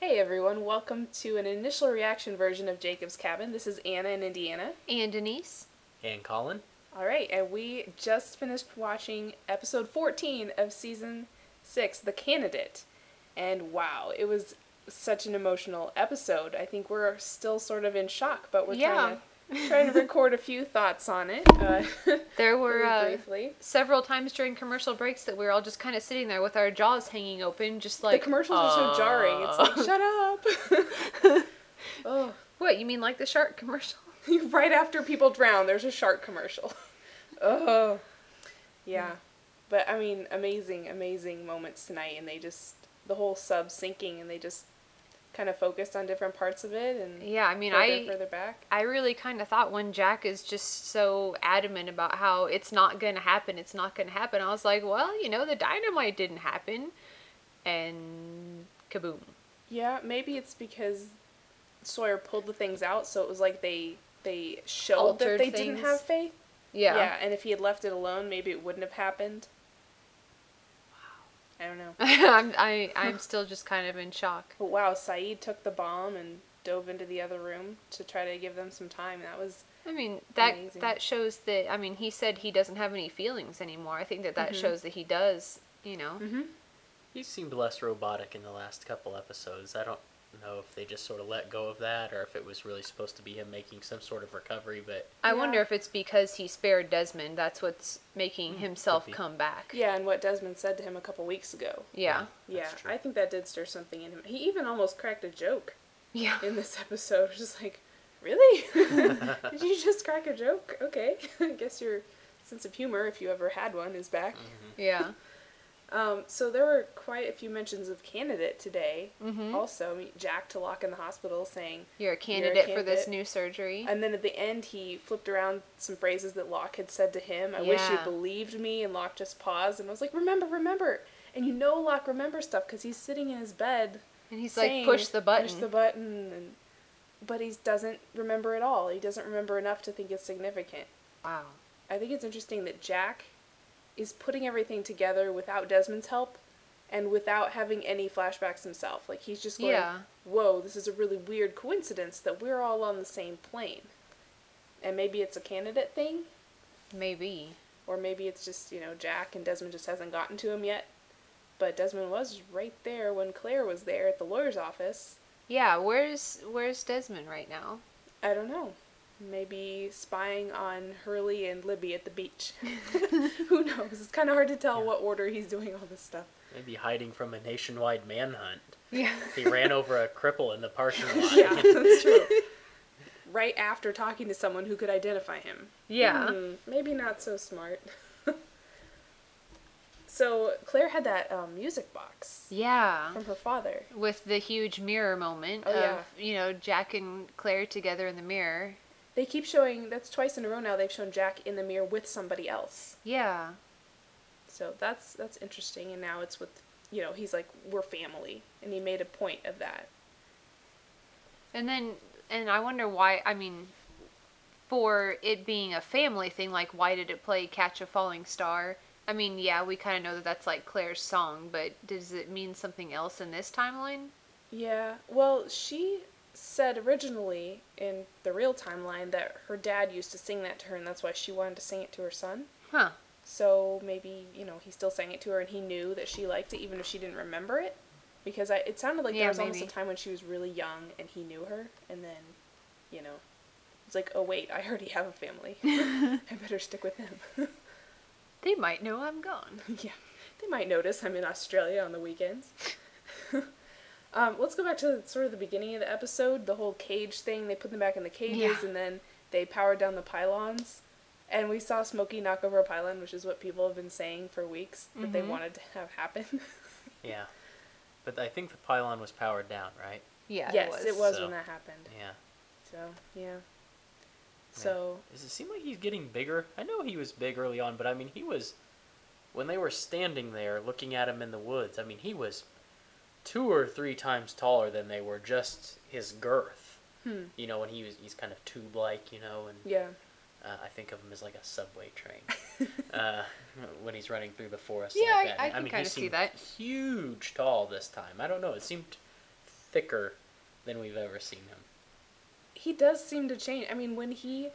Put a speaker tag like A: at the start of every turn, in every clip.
A: Hey everyone, welcome to an initial reaction version of Jacob's Cabin. This is Anna in Indiana.
B: And Denise.
C: And Colin?
A: All right, and we just finished watching episode 14 of season 6, The Candidate. And wow, it was such an emotional episode. I think we're still sort of in shock, but we're
B: Yeah.
A: trying to trying to record a few thoughts on it. Uh,
B: There were
A: really
B: uh,
A: briefly.
B: several times during commercial breaks that we were all just kind of sitting there with our jaws hanging open, just
A: The
B: like.
A: commercials are so jarring. It's like, shut up. oh,
B: What, you mean like the shark commercial?
A: right after people drown, there's a shark commercial. oh, yeah. But I mean, amazing, amazing moments tonight, and they just the whole sub sinking, and they just kind of focused on different parts of it, and
B: Yeah, I mean,
A: further,
B: I.
A: further back.
B: I really kind of thought when Jack is just so adamant about how it's not going to happen, it's not going to happen, I was like, well, you know, the dynamite didn't happen. And kaboom.
A: Yeah, maybe it's because Sawyer pulled the things out, so it was like they they showed that
B: Altered
A: they didn't
B: things.
A: have faith.
B: Yeah.
A: yeah, and if he had left it alone, maybe it wouldn't have happened. Wow. I don't know.
B: I'm, I, I'm still just kind of in shock.
A: But wow, Saeed took the bomb and dove into the other room to try to give them some time. That was
B: I mean that
A: Amazing.
B: that shows that I mean he said he doesn't have any feelings anymore. I think that
A: Mm-hmm.
B: that shows that he does, you know.
C: He seemed less robotic in the last couple episodes. I don't know if they just sort of let go of that or if it was really supposed to be him making some sort of recovery, but
B: I
A: Yeah.
B: wonder if it's because he spared Desmond that's what's making himself
C: be.
B: come back.
A: yeah, and what Desmond said to him a couple weeks ago.
B: Yeah.
A: Yeah,
C: true.
A: I think that did stir something in him. He even almost cracked a joke
B: Yeah.
A: in this episode. Just like, really? did you just crack a joke? Okay, I guess your sense of humor, if you ever had one, is back.
B: Yeah.
A: Um, so there were quite a few mentions of candidate today. Also, I mean, Jack to lock in the hospital saying
B: Mm-hmm. You're a candidate for this
A: candidate.
B: new surgery.
A: And then at the end, he flipped around some phrases that Locke had said to him. I wish you
B: Yeah.
A: believed me. And Locke just paused and was like, Remember, remember. And you know Locke remembers stuff because he's sitting in his bed.
B: And he's
A: saying,
B: like push the button.
A: Push the button. And, but he doesn't remember at all. He doesn't remember enough to think it's significant.
B: wow.
A: I think it's interesting that Jack is putting everything together without Desmond's help and without having any flashbacks himself. Like he's just going,
B: Yeah.
A: "Whoa, this is a really weird coincidence that we're all on the same plane." And maybe it's a candidate thing,
B: Maybe.
A: or maybe it's just you know Jack and Desmond just hasn't gotten to him yet. But Desmond was right there when Claire was there at the lawyer's office.
B: Yeah, where's where's Desmond right now?
A: I don't know. Maybe spying on Hurley and Libby at the beach. Who knows? It's kind of hard to tell what order he's doing all this stuff.
C: maybe hiding from a nationwide manhunt.
B: Yeah.
C: He ran over a cripple in the parking lot.
A: Yeah, that's true. Right after talking to someone who could identify him.
B: Yeah.
A: Hmm, maybe not so smart. so Claire had that um, music box
B: Yeah.
A: from her father.
B: With the huge mirror moment
A: Oh,
B: of,
A: yeah.
B: you know, Jack and Claire together in the mirror.
A: They keep showing that's twice in a row now. They've shown Jack in the mirror with somebody else.
B: Yeah.
A: So that's that's interesting. And now it's with you know he's like we're family, and he made a point of that.
B: And then, and I wonder why. I mean, for it being a family thing, like why did it play "Catch a Falling Star"? I mean, yeah, we kind of know that that's like Claire's song, but does it mean something else in this timeline?
A: Yeah. Well, she said originally in the real timeline that her dad used to sing that to her, and that's why she wanted to sing it to her son.
B: Huh?
A: So maybe you know he still sang it to her, and he knew that she liked it, even if she didn't remember it, because I, it sounded like
B: Yeah,
A: there was almost a
B: maybe.
A: time when she was really young, and he knew her, and then, you know, It's like, oh wait, I already have a family. I better stick with them.
B: They might know I'm gone.
A: yeah, they might notice I'm in Australia on the weekends. um, let's go back to sort of the beginning of the episode, the whole cage thing. They put them back in the cages,
B: Yeah.
A: and then they powered down the pylons. And we saw Smokey knock over a pylon, which is what people have been saying for weeks that
B: Mm-hmm.
A: they wanted to have happen.
C: Yeah. But I think the pylon was powered down, right?
B: Yeah,
A: yes,
B: it was.
A: it was
C: so-
A: when that happened.
C: Yeah.
A: So yeah. So
C: Does it seem like he's getting bigger? I know he was big early on, but I mean, he was. When they were standing there looking at him in the woods, I mean, he was two or three times taller than they were, just his girth.
A: Hmm.
C: You know, when he was, he's kind of tube like, you know, and
A: yeah,
C: uh, I think of him as like a subway train uh, when he's running through the forest.
B: Yeah, I-
C: like that.
B: I
C: And,
B: can
C: mean, he
B: kinda see
C: seemed
B: that.
C: Huge tall this time. I don't know. It seemed thicker than we've ever seen him.
A: he does seem to change. I mean, when he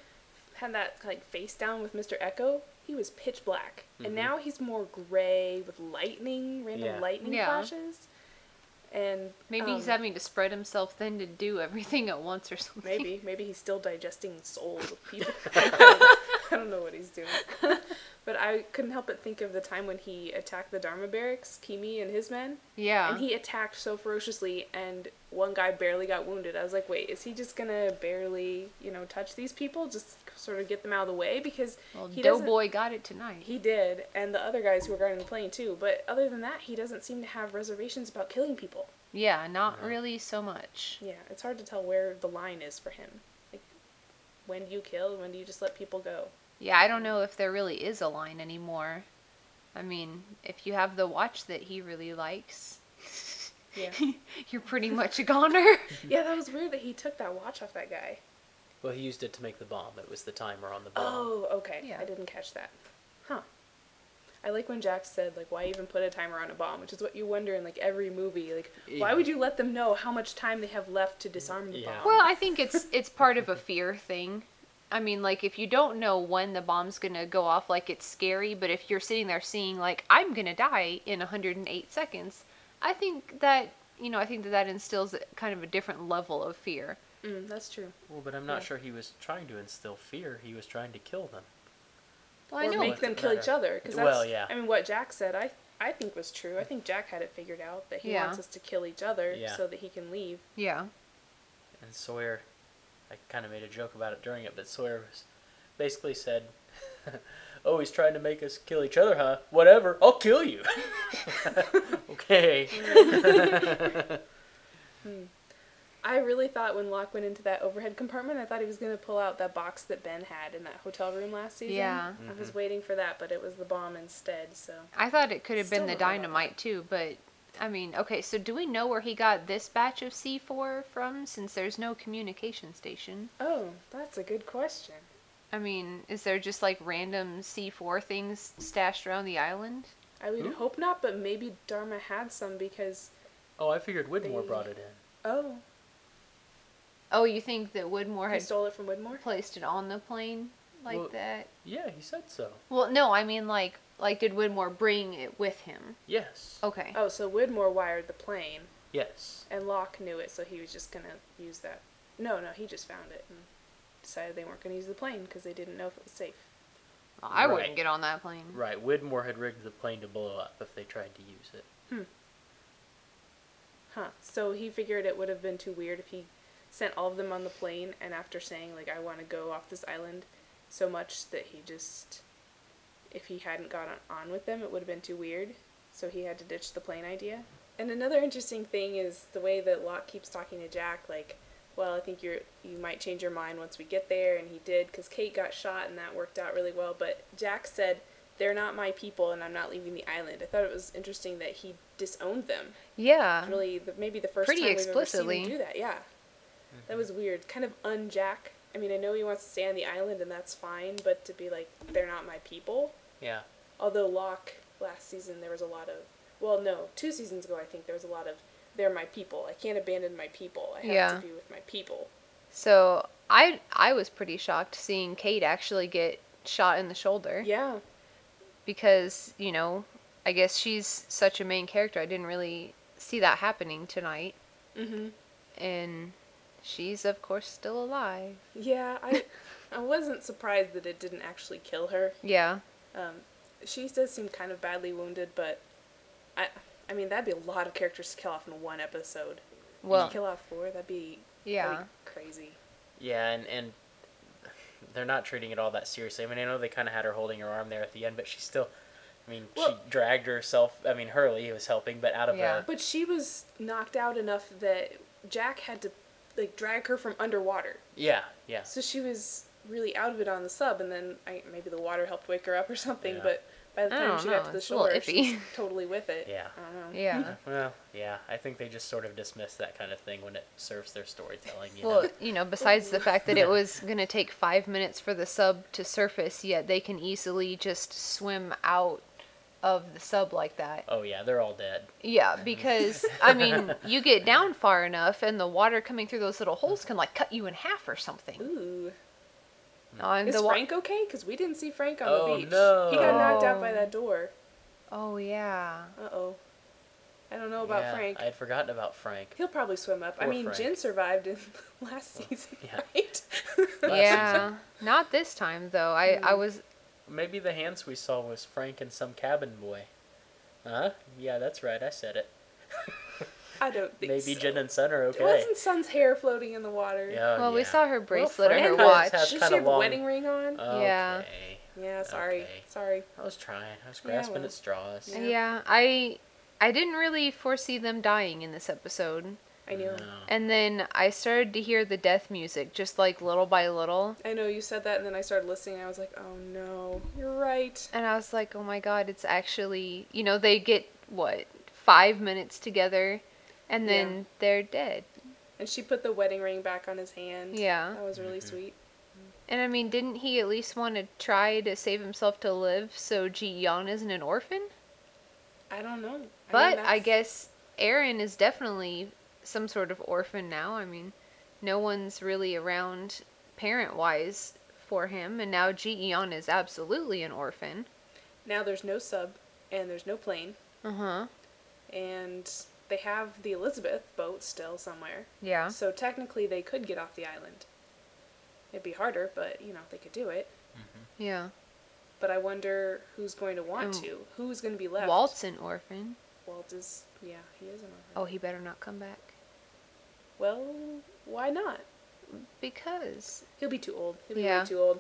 A: had that like face down with Mr. Echo, he was pitch black,
C: Mhm.
A: and now he's more gray with lightning, random
C: Yeah.
A: lightning
B: Yeah.
A: flashes, and
B: Maybe he's
A: um,
B: having to spread himself thin to do everything at once or something.
A: Maybe, maybe he's still digesting souls of people. I don't know what he's doing. But I couldn't help but think of the time when he attacked the Dharma barracks, Kimi and his men,
B: Yeah.
A: and he attacked so ferociously, and one guy barely got wounded. I was like, wait, is he just gonna barely, you know, touch these people, just sort of get them out of the way? Because
B: well,
A: he doesn't-
B: Doughboy got it tonight.
A: He did, and the other guys who were guarding the plane too. But other than that, he doesn't seem to have reservations about killing people.
B: yeah, not really so much.
A: Yeah, it's hard to tell where the line is for him. Like, when do you kill? When do you just let people go?
B: Yeah, I don't know if there really is a line anymore. I mean, if you have the watch that he really likes,
A: Yeah.
B: you're pretty much a goner.
A: yeah, that was weird that he took that watch off that guy.
C: Well, he used it to make the bomb. It was the timer on the bomb.
A: Oh, okay.
B: Yeah.
A: I didn't catch that. Huh. I like when Jack said, like, why even put a timer on a bomb? Which is what you wonder in, like, every movie. Like, why
C: Yeah.
A: would you let them know how much time they have left to disarm the
C: Yeah.
A: bomb?
B: well, I think it's it's part of a fear thing. I mean, like if you don't know when the bomb's gonna go off, like it's scary. But if you're sitting there seeing like I'm gonna die in 108 seconds, I think that you know I think that that instills a- kind of a different level of fear.
A: Mm, that's true.
C: Well, but I'm not
A: Yeah.
C: sure he was trying to instill fear. He was trying to kill them.
B: Well, I
A: or
B: know.
A: make them kill each
C: Matter.
A: other. Cause that's,
C: Well, yeah.
A: I mean, what Jack said, I I think was true. I think Jack had it figured out that he
B: Yeah.
A: wants us to kill each other
C: Yeah.
A: so that he can leave.
B: yeah.
C: And Sawyer, I kind of made a joke about it during it, but Sawyer was basically said, "Oh, he's trying to make us kill each other, huh? Whatever, I'll kill you." okay.
A: I really thought when Locke went into that overhead compartment, I thought he was going to pull out that box that Ben had in that hotel room last season.
B: Yeah.
A: I
C: Mm-hmm.
A: was waiting for that, but it was the bomb instead, so.
B: I thought it could have been
A: Still
B: the
A: don't know about
B: dynamite too, but I mean, okay, so do we know where he got this batch of C4 from since there's no communication station?
A: Oh, that's a good question.
B: I mean, is there just like random C4 things stashed around the island?
A: I would
C: Ooh.
A: hope not, but maybe Dharma had some because.
C: Oh, I figured Widmore
A: They-
C: brought it in.
A: Oh,
B: Oh, you think that Woodmore
A: he
B: had
A: stole it from Widmore?
B: placed it on the plane like
C: Well-
B: that?
C: Yeah, he said so.
B: Well, no, I mean like like did Woodmore bring it with him?
C: Yes.
B: Okay.
A: Oh, so Widmore wired the plane,
C: Yes.
A: and Locke knew it, so he was just going to use that. No, no, he just found it and decided they weren't going to use the plane because they didn't know if it was safe.
B: I
C: right.
B: wouldn't get on that plane.
C: Right. Widmore had rigged the plane to blow up if they tried to use it.
A: Huh. So he figured it would have been too weird if he sent all of them on the plane and after saying like I want to go off this island so much that he just if he hadn't gotten on with them it would have been too weird. So he had to ditch the plane idea. And another interesting thing is the way that Locke keeps talking to Jack like well, I think you're you might change your mind once we get there and he did cuz Kate got shot and that worked out really well, but Jack said they're not my people and I'm not leaving the island. I thought it was interesting that he disowned them
B: Yeah.
A: really the, maybe the first
B: Pretty
A: time
B: explicitly.
A: we've ever seen him do that. Yeah, that was weird. Kind of unjack. I mean, I know he wants to stay on the island, and that's fine. But to be like, they're not my people.
C: Yeah.
A: Although Locke last season, there was a lot of. Well, no, two seasons ago, I think there was a lot of. They're my people. I can't abandon my people. I have
B: Yeah.
A: to be with my people.
B: So, I I was pretty shocked seeing Kate actually get shot in the shoulder.
A: Yeah,
B: because you know i guess she's such a main character i didn't really see that happening tonight mm-hmm. and She's, of course, still alive.
A: Yeah, I I wasn't surprised that it didn't actually kill her.
B: Yeah.
A: Um, she does seem kind of badly wounded, but I I mean that'd be a lot of characters to kill off in one episode.
B: Well,
A: to kill off four, that'd be
B: yeah.
A: that'd be crazy.
C: Yeah, and and they're not treating it all that seriously. I mean, I know they kind of had her holding her arm there at the end, but she still. I mean,
A: Well-
C: she dragged herself. I mean, Hurley was helping, but out of
B: Yeah.
C: a.
A: But she was knocked out enough that Jack had to like drag her from underwater.
C: Yeah, yeah.
A: So she was really out of it on the sub, and then I, maybe the water helped wake her up or something.
C: Yeah.
A: But by the
B: I
A: time
B: don't
A: she
B: know,
A: got to the
B: it's a little
A: shore,
B: iffy.
A: she's totally with it.
C: Yeah.
A: I don't know.
B: Yeah.
C: Well, yeah. I think they just sort of dismiss that kind of thing when it serves their storytelling. You
B: Well,
C: know?
B: you know, besides the fact that it was going to take five minutes for the sub to surface, yet they can easily just swim out of the sub like that.
C: Oh yeah, they're all dead.
B: Yeah, because, I mean, you get down far enough and the water coming through those little holes can, like, cut you in half or something.
A: Um, Ooh,
B: On
A: is
B: the wa-
A: Frank okay? Because we didn't see Frank on
C: Oh,
A: the beach.
C: no.
A: He got knocked out by
B: Oh.
A: that door.
B: Oh, yeah.
A: Uh oh. I don't know about
C: Yeah,
A: Frank.
C: I had forgotten about Frank.
A: He'll probably swim up. I
C: Poor
A: mean,
C: Frank. Oh,
A: Jen survived in last season,
C: yeah.
A: right?
C: Last
B: Yeah. Not this time, though. I, I was.
C: Maybe the hands we saw was Frank and some cabin boy. Huh? Yeah, that's right. I said it.
A: I don't think
C: Maybe
A: so.
C: Jen and Son are okay.
A: It wasn't Sun's hair floating in the water.
C: Yeah,
B: well, we
C: Oh, yeah.
B: saw her bracelet or her
A: Frank
B: watch.
C: has-
A: Does
C: has
A: she
C: kinda
A: have a
C: long-
A: wedding ring on?
B: Yeah.
C: Okay.
A: yeah, sorry.
C: okay.
A: Sorry.
C: I was trying. I was
A: Yeah,
C: grasping
A: well.
C: at straws.
A: Yeah.
B: Yeah, I I didn't really foresee them dying in this episode.
A: I knew.
C: No.
B: And then I started to hear the death music just like little by little.
A: I know you said that, and then I started listening, and I was like, oh no, you're right.
B: And I was like, "Oh my god, it's actually, you know, they get what? 5 minutes together and then
A: Yeah.
B: they're dead."
A: And she put the wedding ring back on his hand.
B: Yeah.
A: That was
C: Mm-hmm.
A: really sweet.
B: And I mean, didn't he at least want to try to save himself to live so Ji Yan isn't an orphan?
A: I don't know.
B: But
A: mean,
B: I
A: that's-
B: guess Aaron is definitely some sort of orphan now. I mean, no one's really around parent wise for him, and now Geon is absolutely an orphan.
A: Now there's no sub, and there's no plane,
B: Uh
A: Uh-huh.
B: huh.
A: and they have the Elizabeth boat still somewhere.
B: Yeah.
A: So technically, they could get off the island. It'd be harder, but you know they could do it.
B: Yeah.
A: But I wonder who's going to want
B: Um,
A: to. Who's going to be left?
B: Walt's an orphan.
A: Walt is. Yeah, he is an orphan.
B: Oh, he better not come back.
A: Well, why not?
B: Because.
A: He'll be too old. He'll be
B: Yeah.
A: way too old.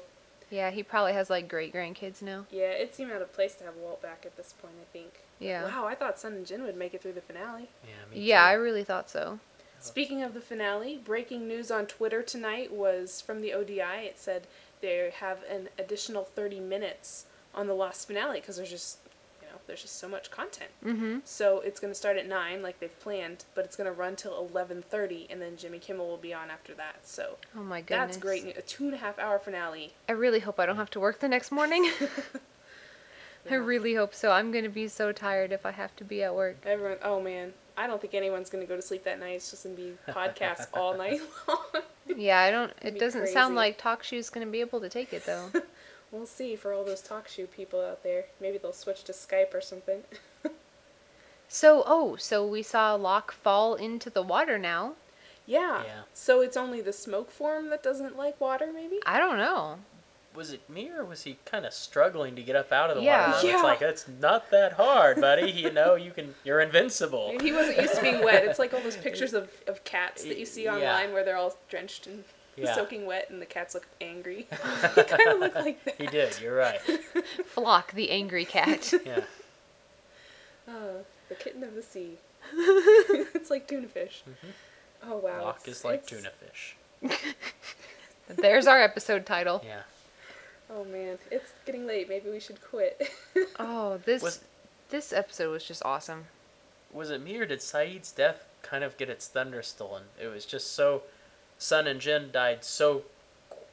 B: Yeah, he probably has like great grandkids now.
A: Yeah, it seemed out of place to have Walt back at this point. I think.
B: Yeah.
A: Wow, I thought Sun and Jin would make it through the finale.
C: Yeah, me
B: Yeah, I
C: too.
B: really thought so.
A: Speaking of the finale, breaking news on Twitter tonight was from the ODI. It said they have an additional 30 minutes on the Lost finale because there's just, you know, there's just so much content. Mm-hmm. So it's going to start at nine, like they've planned, but it's going to run till 11:30, and then Jimmy Kimmel will be on after that. So
B: Oh my goodness.
A: that's great news. A two and a half hour finale.
B: I really hope I don't have to work the next morning. I
A: Yeah.
B: really hope so. I'm going to be so tired if I have to be at work.
A: Everyone, oh man, I don't think anyone's going to go to sleep that night. It's just going to be podcasts all night long.
B: Yeah, I don't. It
A: be
B: doesn't sound
A: crazy.
B: like Talk Shoe's going to be able to take it though.
A: We'll see for all those talk shoe people out there. Maybe they'll switch to Skype or something.
B: so, oh, so we saw Locke fall into the water now.
A: yeah.
C: Yeah.
A: So it's only the smoke form that doesn't like water, maybe?
B: I don't know.
C: Was it me or was he kind of struggling to get up out of the
B: Yeah.
C: water?
A: Yeah.
C: It's like it's not that hard, buddy. you know, you can. You're invincible.
A: Maybe he wasn't used to being wet. It's like all those pictures of, of cats that you see
C: Yeah.
A: online where they're all drenched and
C: Yeah.
A: soaking wet and the cats look angry. he kind of looked like that.
C: He did. You're right.
B: Flock, the angry cat.
C: Yeah.
A: Oh, the kitten of the sea. it's like tuna fish. Oh, wow.
C: Locke
A: it's-
C: Mm-hmm. is like
A: it's-
C: tuna fish.
B: There's our episode title.
C: Yeah.
A: Oh, man. It's getting late. Maybe we should quit.
B: Oh, this
C: Was-
B: this episode was just awesome.
C: Was it me or did Saeed's death kind of get its thunder stolen? It was just so. Sun and Jin died so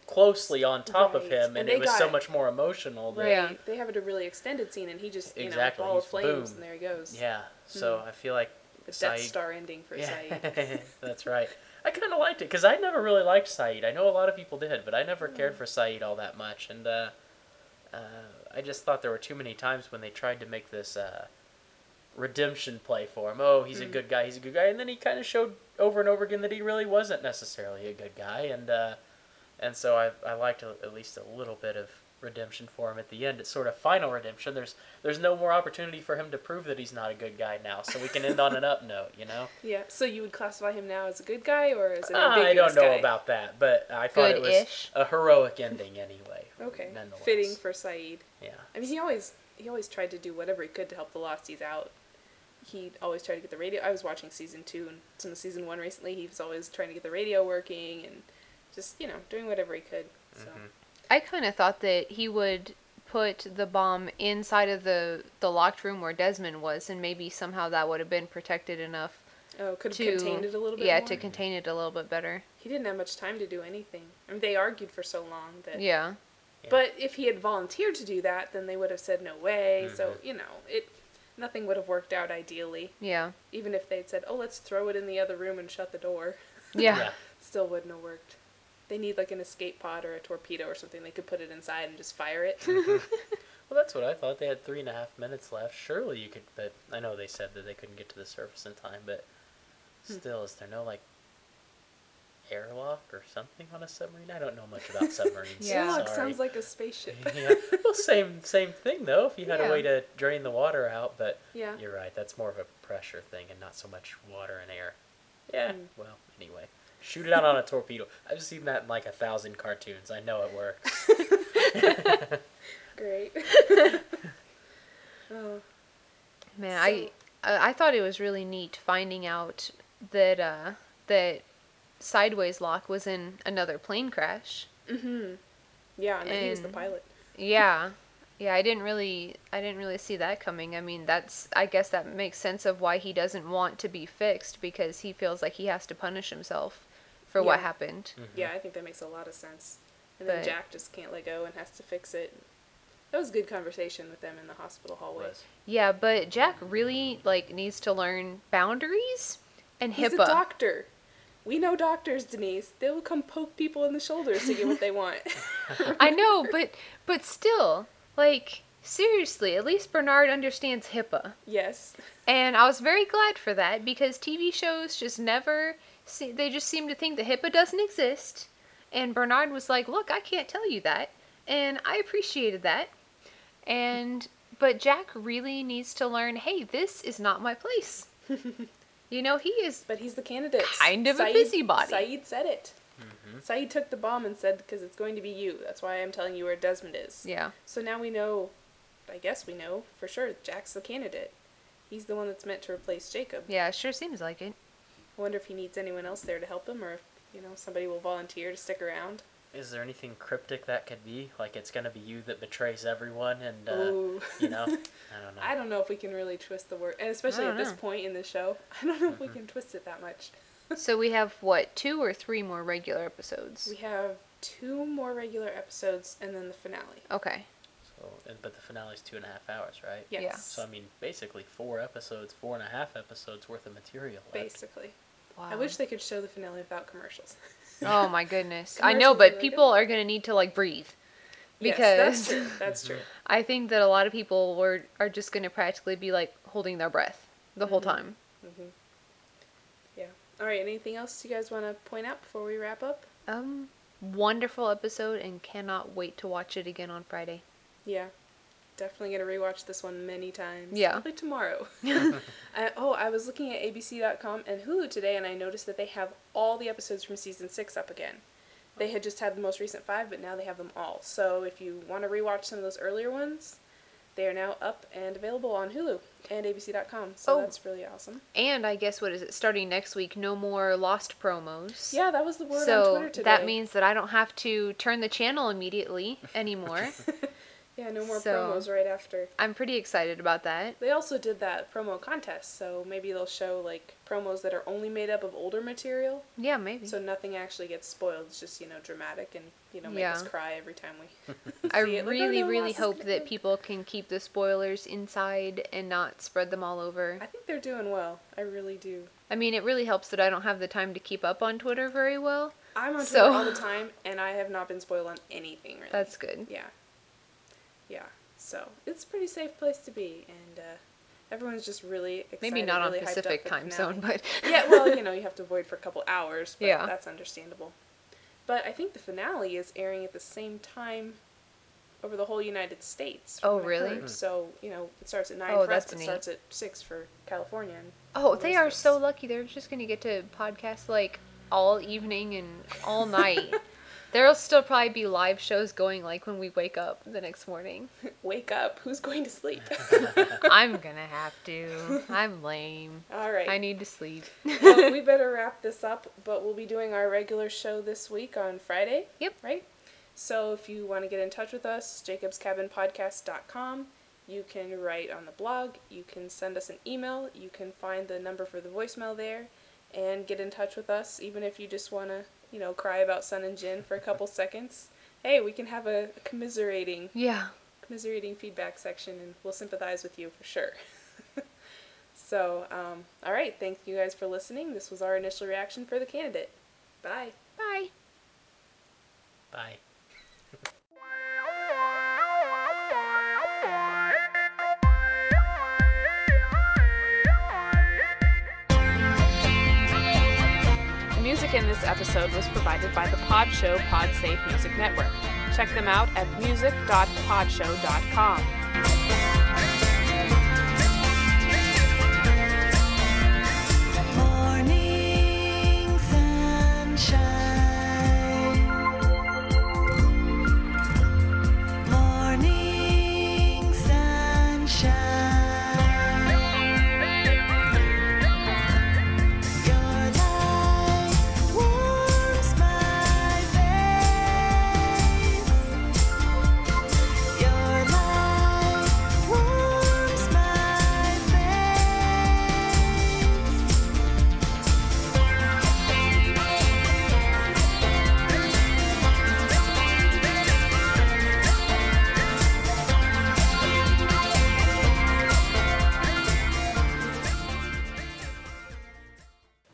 C: closely on top of
A: Right.
C: him, and,
A: And
C: it
A: they
C: was
A: got
C: so
A: it.
C: much more emotional. That,
B: Yeah.
A: They- They have it a really extended scene, and he just, you
C: Exactly,
A: know, ball of
C: he's
A: flames,
C: boom.
A: and there he goes.
C: Yeah. So
A: Hmm.
C: I feel like
A: The Death
C: Saeed
A: Star ending for Saeed.
C: That's right. I kind of liked it because I never really liked Saeed. I know a lot of people did, but I never cared
A: Mm.
C: for Saeed all that much. And uh, uh, I just thought there were too many times when they tried to make this uh, redemption play for him. Oh,
A: Mm.
C: he's a good guy. He's a good guy. And then he kind of showed over and over again that he really wasn't necessarily a good guy. And uh, and so I I liked a, at least a little bit of redemption for him at the end. It's sort of final redemption. There's there's no more opportunity for him to prove that he's not a good guy now. So we can end on an up note. You know.
A: Yeah. So you would classify him now as a good guy or as an
C: Ah, I
A: ambiguous
C: don't know
A: guy?
C: about that, but I thought it was
B: Good-ish.
C: a heroic ending anyway.
A: Okay.
C: nonetheless.
A: Fitting for Saeed.
C: Yeah.
A: I mean, he always he always tried to do whatever he could to help the Losties out. He always tried to get the radio. I was watching season two and some of season one recently. He was always trying to get the radio working and just you know doing whatever he could. So
C: Mm-hmm.
B: I kind of thought that he would put the bomb inside of the the locked room where Desmond was, and maybe somehow that would have been protected enough
A: oh, could have
B: to
A: contained it a little bit.
B: yeah,
A: more.
B: to contain it a little bit better.
A: he didn't have much time to do anything. I mean, they argued for so long that.
B: Yeah,
C: Yeah.
A: But if he had volunteered to do that, then they would have said no way.
C: Mm-hmm.
A: So you know it. Nothing would have worked out ideally.
B: yeah,
A: Even if they'd said, "Oh, let's throw it in the other room and shut the door."
B: yeah.
C: Yeah.
A: still wouldn't have worked. They need like an escape pod or a torpedo or something. They could put it inside and just fire it.
C: Well, that's what I thought. They had three and a half minutes left. Surely you could, but I know they said that they couldn't get to the surface in time, but
B: Hmm.
C: still, is there no, like, airlock or something on a submarine? I don't know much about submarines.
B: Yeah.
A: Sherlock
C: sorry.
A: sounds like a spaceship.
C: yeah. Well, same same thing though. If you had a
B: Yeah.
C: way to drain the water out, but
A: Yeah.
C: you're right. That's more of a pressure thing and not so much water and air. Yeah.
A: Mm.
C: Well, anyway, shoot it out on a torpedo. I've seen that in like a thousand cartoons. I know it works.
A: Great. oh,
B: Man, I I I thought it was really neat finding out that uh, that sideways lock was in another plane crash.
A: yeah, and, then he was the
B: And-
A: pilot.
B: Yeah. Yeah, I didn't really I didn't really see that coming. I mean, that's I guess that makes sense of why he doesn't want to be fixed because he feels like he has to punish himself for what
A: Yeah.
B: happened.
C: Mm-hmm.
A: Yeah, I think that makes a lot of sense. And then
B: But-
A: Jack just can't let go and has to fix it. That was a good conversation with them in the hospital hallway.
C: Was.
B: Yeah, but Jack really like needs to learn boundaries and
A: He's a
B: HIPAA.
A: doctor. We know doctors, Denise. They will come poke people in the shoulders to get what they want.
B: I know, but but still, like seriously, at least Bernard understands HIPAA.
A: yes.
B: And I was very glad for that because TV shows just never see, they just seem to think that HIPAA doesn't exist. And Bernard was like, "Look, I can't tell you that." And I appreciated that. And but Jack really needs to learn, "Hey, this is not my place." you know, he is
A: But he's the candidate.
B: Kind of a busybody.
A: Saeed said it. Saeed took the bomb and said, because it's going to be you. That's why I'm telling you where Desmond is.
B: yeah.
A: So now we know, I guess we know for sure, Jack's the candidate. He's the one that's meant to replace Jacob.
B: Yeah, sure seems like it.
A: I wonder if he needs anyone else there to help him or if, you know, somebody will volunteer to stick around.
C: Is there anything cryptic that could be? Like it's gonna be you that betrays everyone, and uh,
A: Ooh.
C: you know, I don't know.
A: I don't know if we can really twist the word, and especially
B: I
A: at
B: don't
A: this
B: know.
A: point in the show, I don't know if we can twist it that much.
B: So we have what, two or three more regular episodes?
A: We have two more regular episodes and then the finale.
B: Okay.
C: So, and, but the finale's two and a half hours, right?
A: Yes.
C: So I mean, basically four episodes, four and a half episodes worth of material. left.
A: Basically.
B: Wow.
A: I wish they could show the finale without commercials.
B: Oh my goodness. I know,
A: Commercials
B: but
A: are really
B: people are going to need to like breathe. Because
A: Yes, that's true. That's true.
B: I think that a lot of people were are just going to practically be like holding their breath the whole time.
A: Yeah. All right. Anything else you guys want to point out before we wrap up?
B: Um, wonderful episode, and cannot wait to watch it again on Friday.
A: Yeah. Definitely gonna rewatch this one many times.
B: Yeah.
A: Probably tomorrow. I, oh, I was looking at ABC.com and Hulu today, and I noticed that they have all the episodes from season six up again. They had just had the most recent five, but now they have them all. So if you want to rewatch some of those earlier ones, they are now up and available on Hulu and ABC.com. So
B: Oh.
A: that's really awesome.
B: And I guess what is it? Starting next week, no more lost promos.
A: Yeah, that was the word on
B: So
A: Twitter today.
B: that means that I don't have to turn the channel immediately anymore.
A: yeah, no more
B: so-
A: promos right after.
B: I'm pretty excited about that.
A: They also did that promo contest, so maybe they'll show like promos that are only made up of older material,
B: Yeah, maybe.
A: so nothing actually gets spoiled. It's just you know dramatic and you know make us
B: Yeah.
A: cry every time we.
B: I
A: see it, like, oh,
B: really,
A: no,
B: really
A: Ross is
B: hope
A: gonna
B: that
A: come.
B: people can keep the spoilers inside and not spread them all over.
A: I think they're doing well. I really do.
B: I mean, it really helps that I don't have the time to keep up on Twitter very well.
A: I'm on Twitter
B: So-
A: all the time, and I have not been spoiled on anything really.
B: That's good.
A: yeah, yeah. So it's a pretty safe place to be, and uh, Everyone's just really excited,
B: Maybe not on
A: really hyped up
B: Pacific
A: for the
B: time
A: finale.
B: zone, but
A: yeah, well, you know, you have to avoid for a couple hours, but
B: Yeah.
A: that's understandable. But I think the finale is airing at the same time over the whole United States. from
B: Oh,
A: what I
B: really?
A: heard. So, you know, it starts at 9
B: Oh,
A: for us,
B: that's
A: but
B: neat.
A: it starts at 6 for California. and
B: Oh,
A: all
B: they
A: those
B: are
A: folks.
B: so lucky. They're just going to get to podcast like all evening and all night. There'll still probably be live shows going like when we wake up the next morning.
A: Wake up. Who's going to sleep?
B: I'm going to have to. I'm lame.
A: All right.
B: I need to sleep.
A: well, we better wrap this up, but we'll be doing our regular show this week on Friday.
B: Yep.
A: Right? So if you want to get in touch with us, jacobscabinpodcast.com. You can write on the blog, you can send us an email, you can find the number for the voicemail there and get in touch with us even if you just want to, you know, cry about Sun and Jin for a couple seconds. Hey, we can have a commiserating
B: Yeah.
A: commiserating feedback section and we'll sympathize with you for sure. so, um, all right. Thank you guys for listening. This was our initial reaction for the candidate. Bye.
B: Bye.
C: Bye.
A: The music in this episode was provided by the Pod Show Pod Safe Music Network. Check them out at music.podshow.com.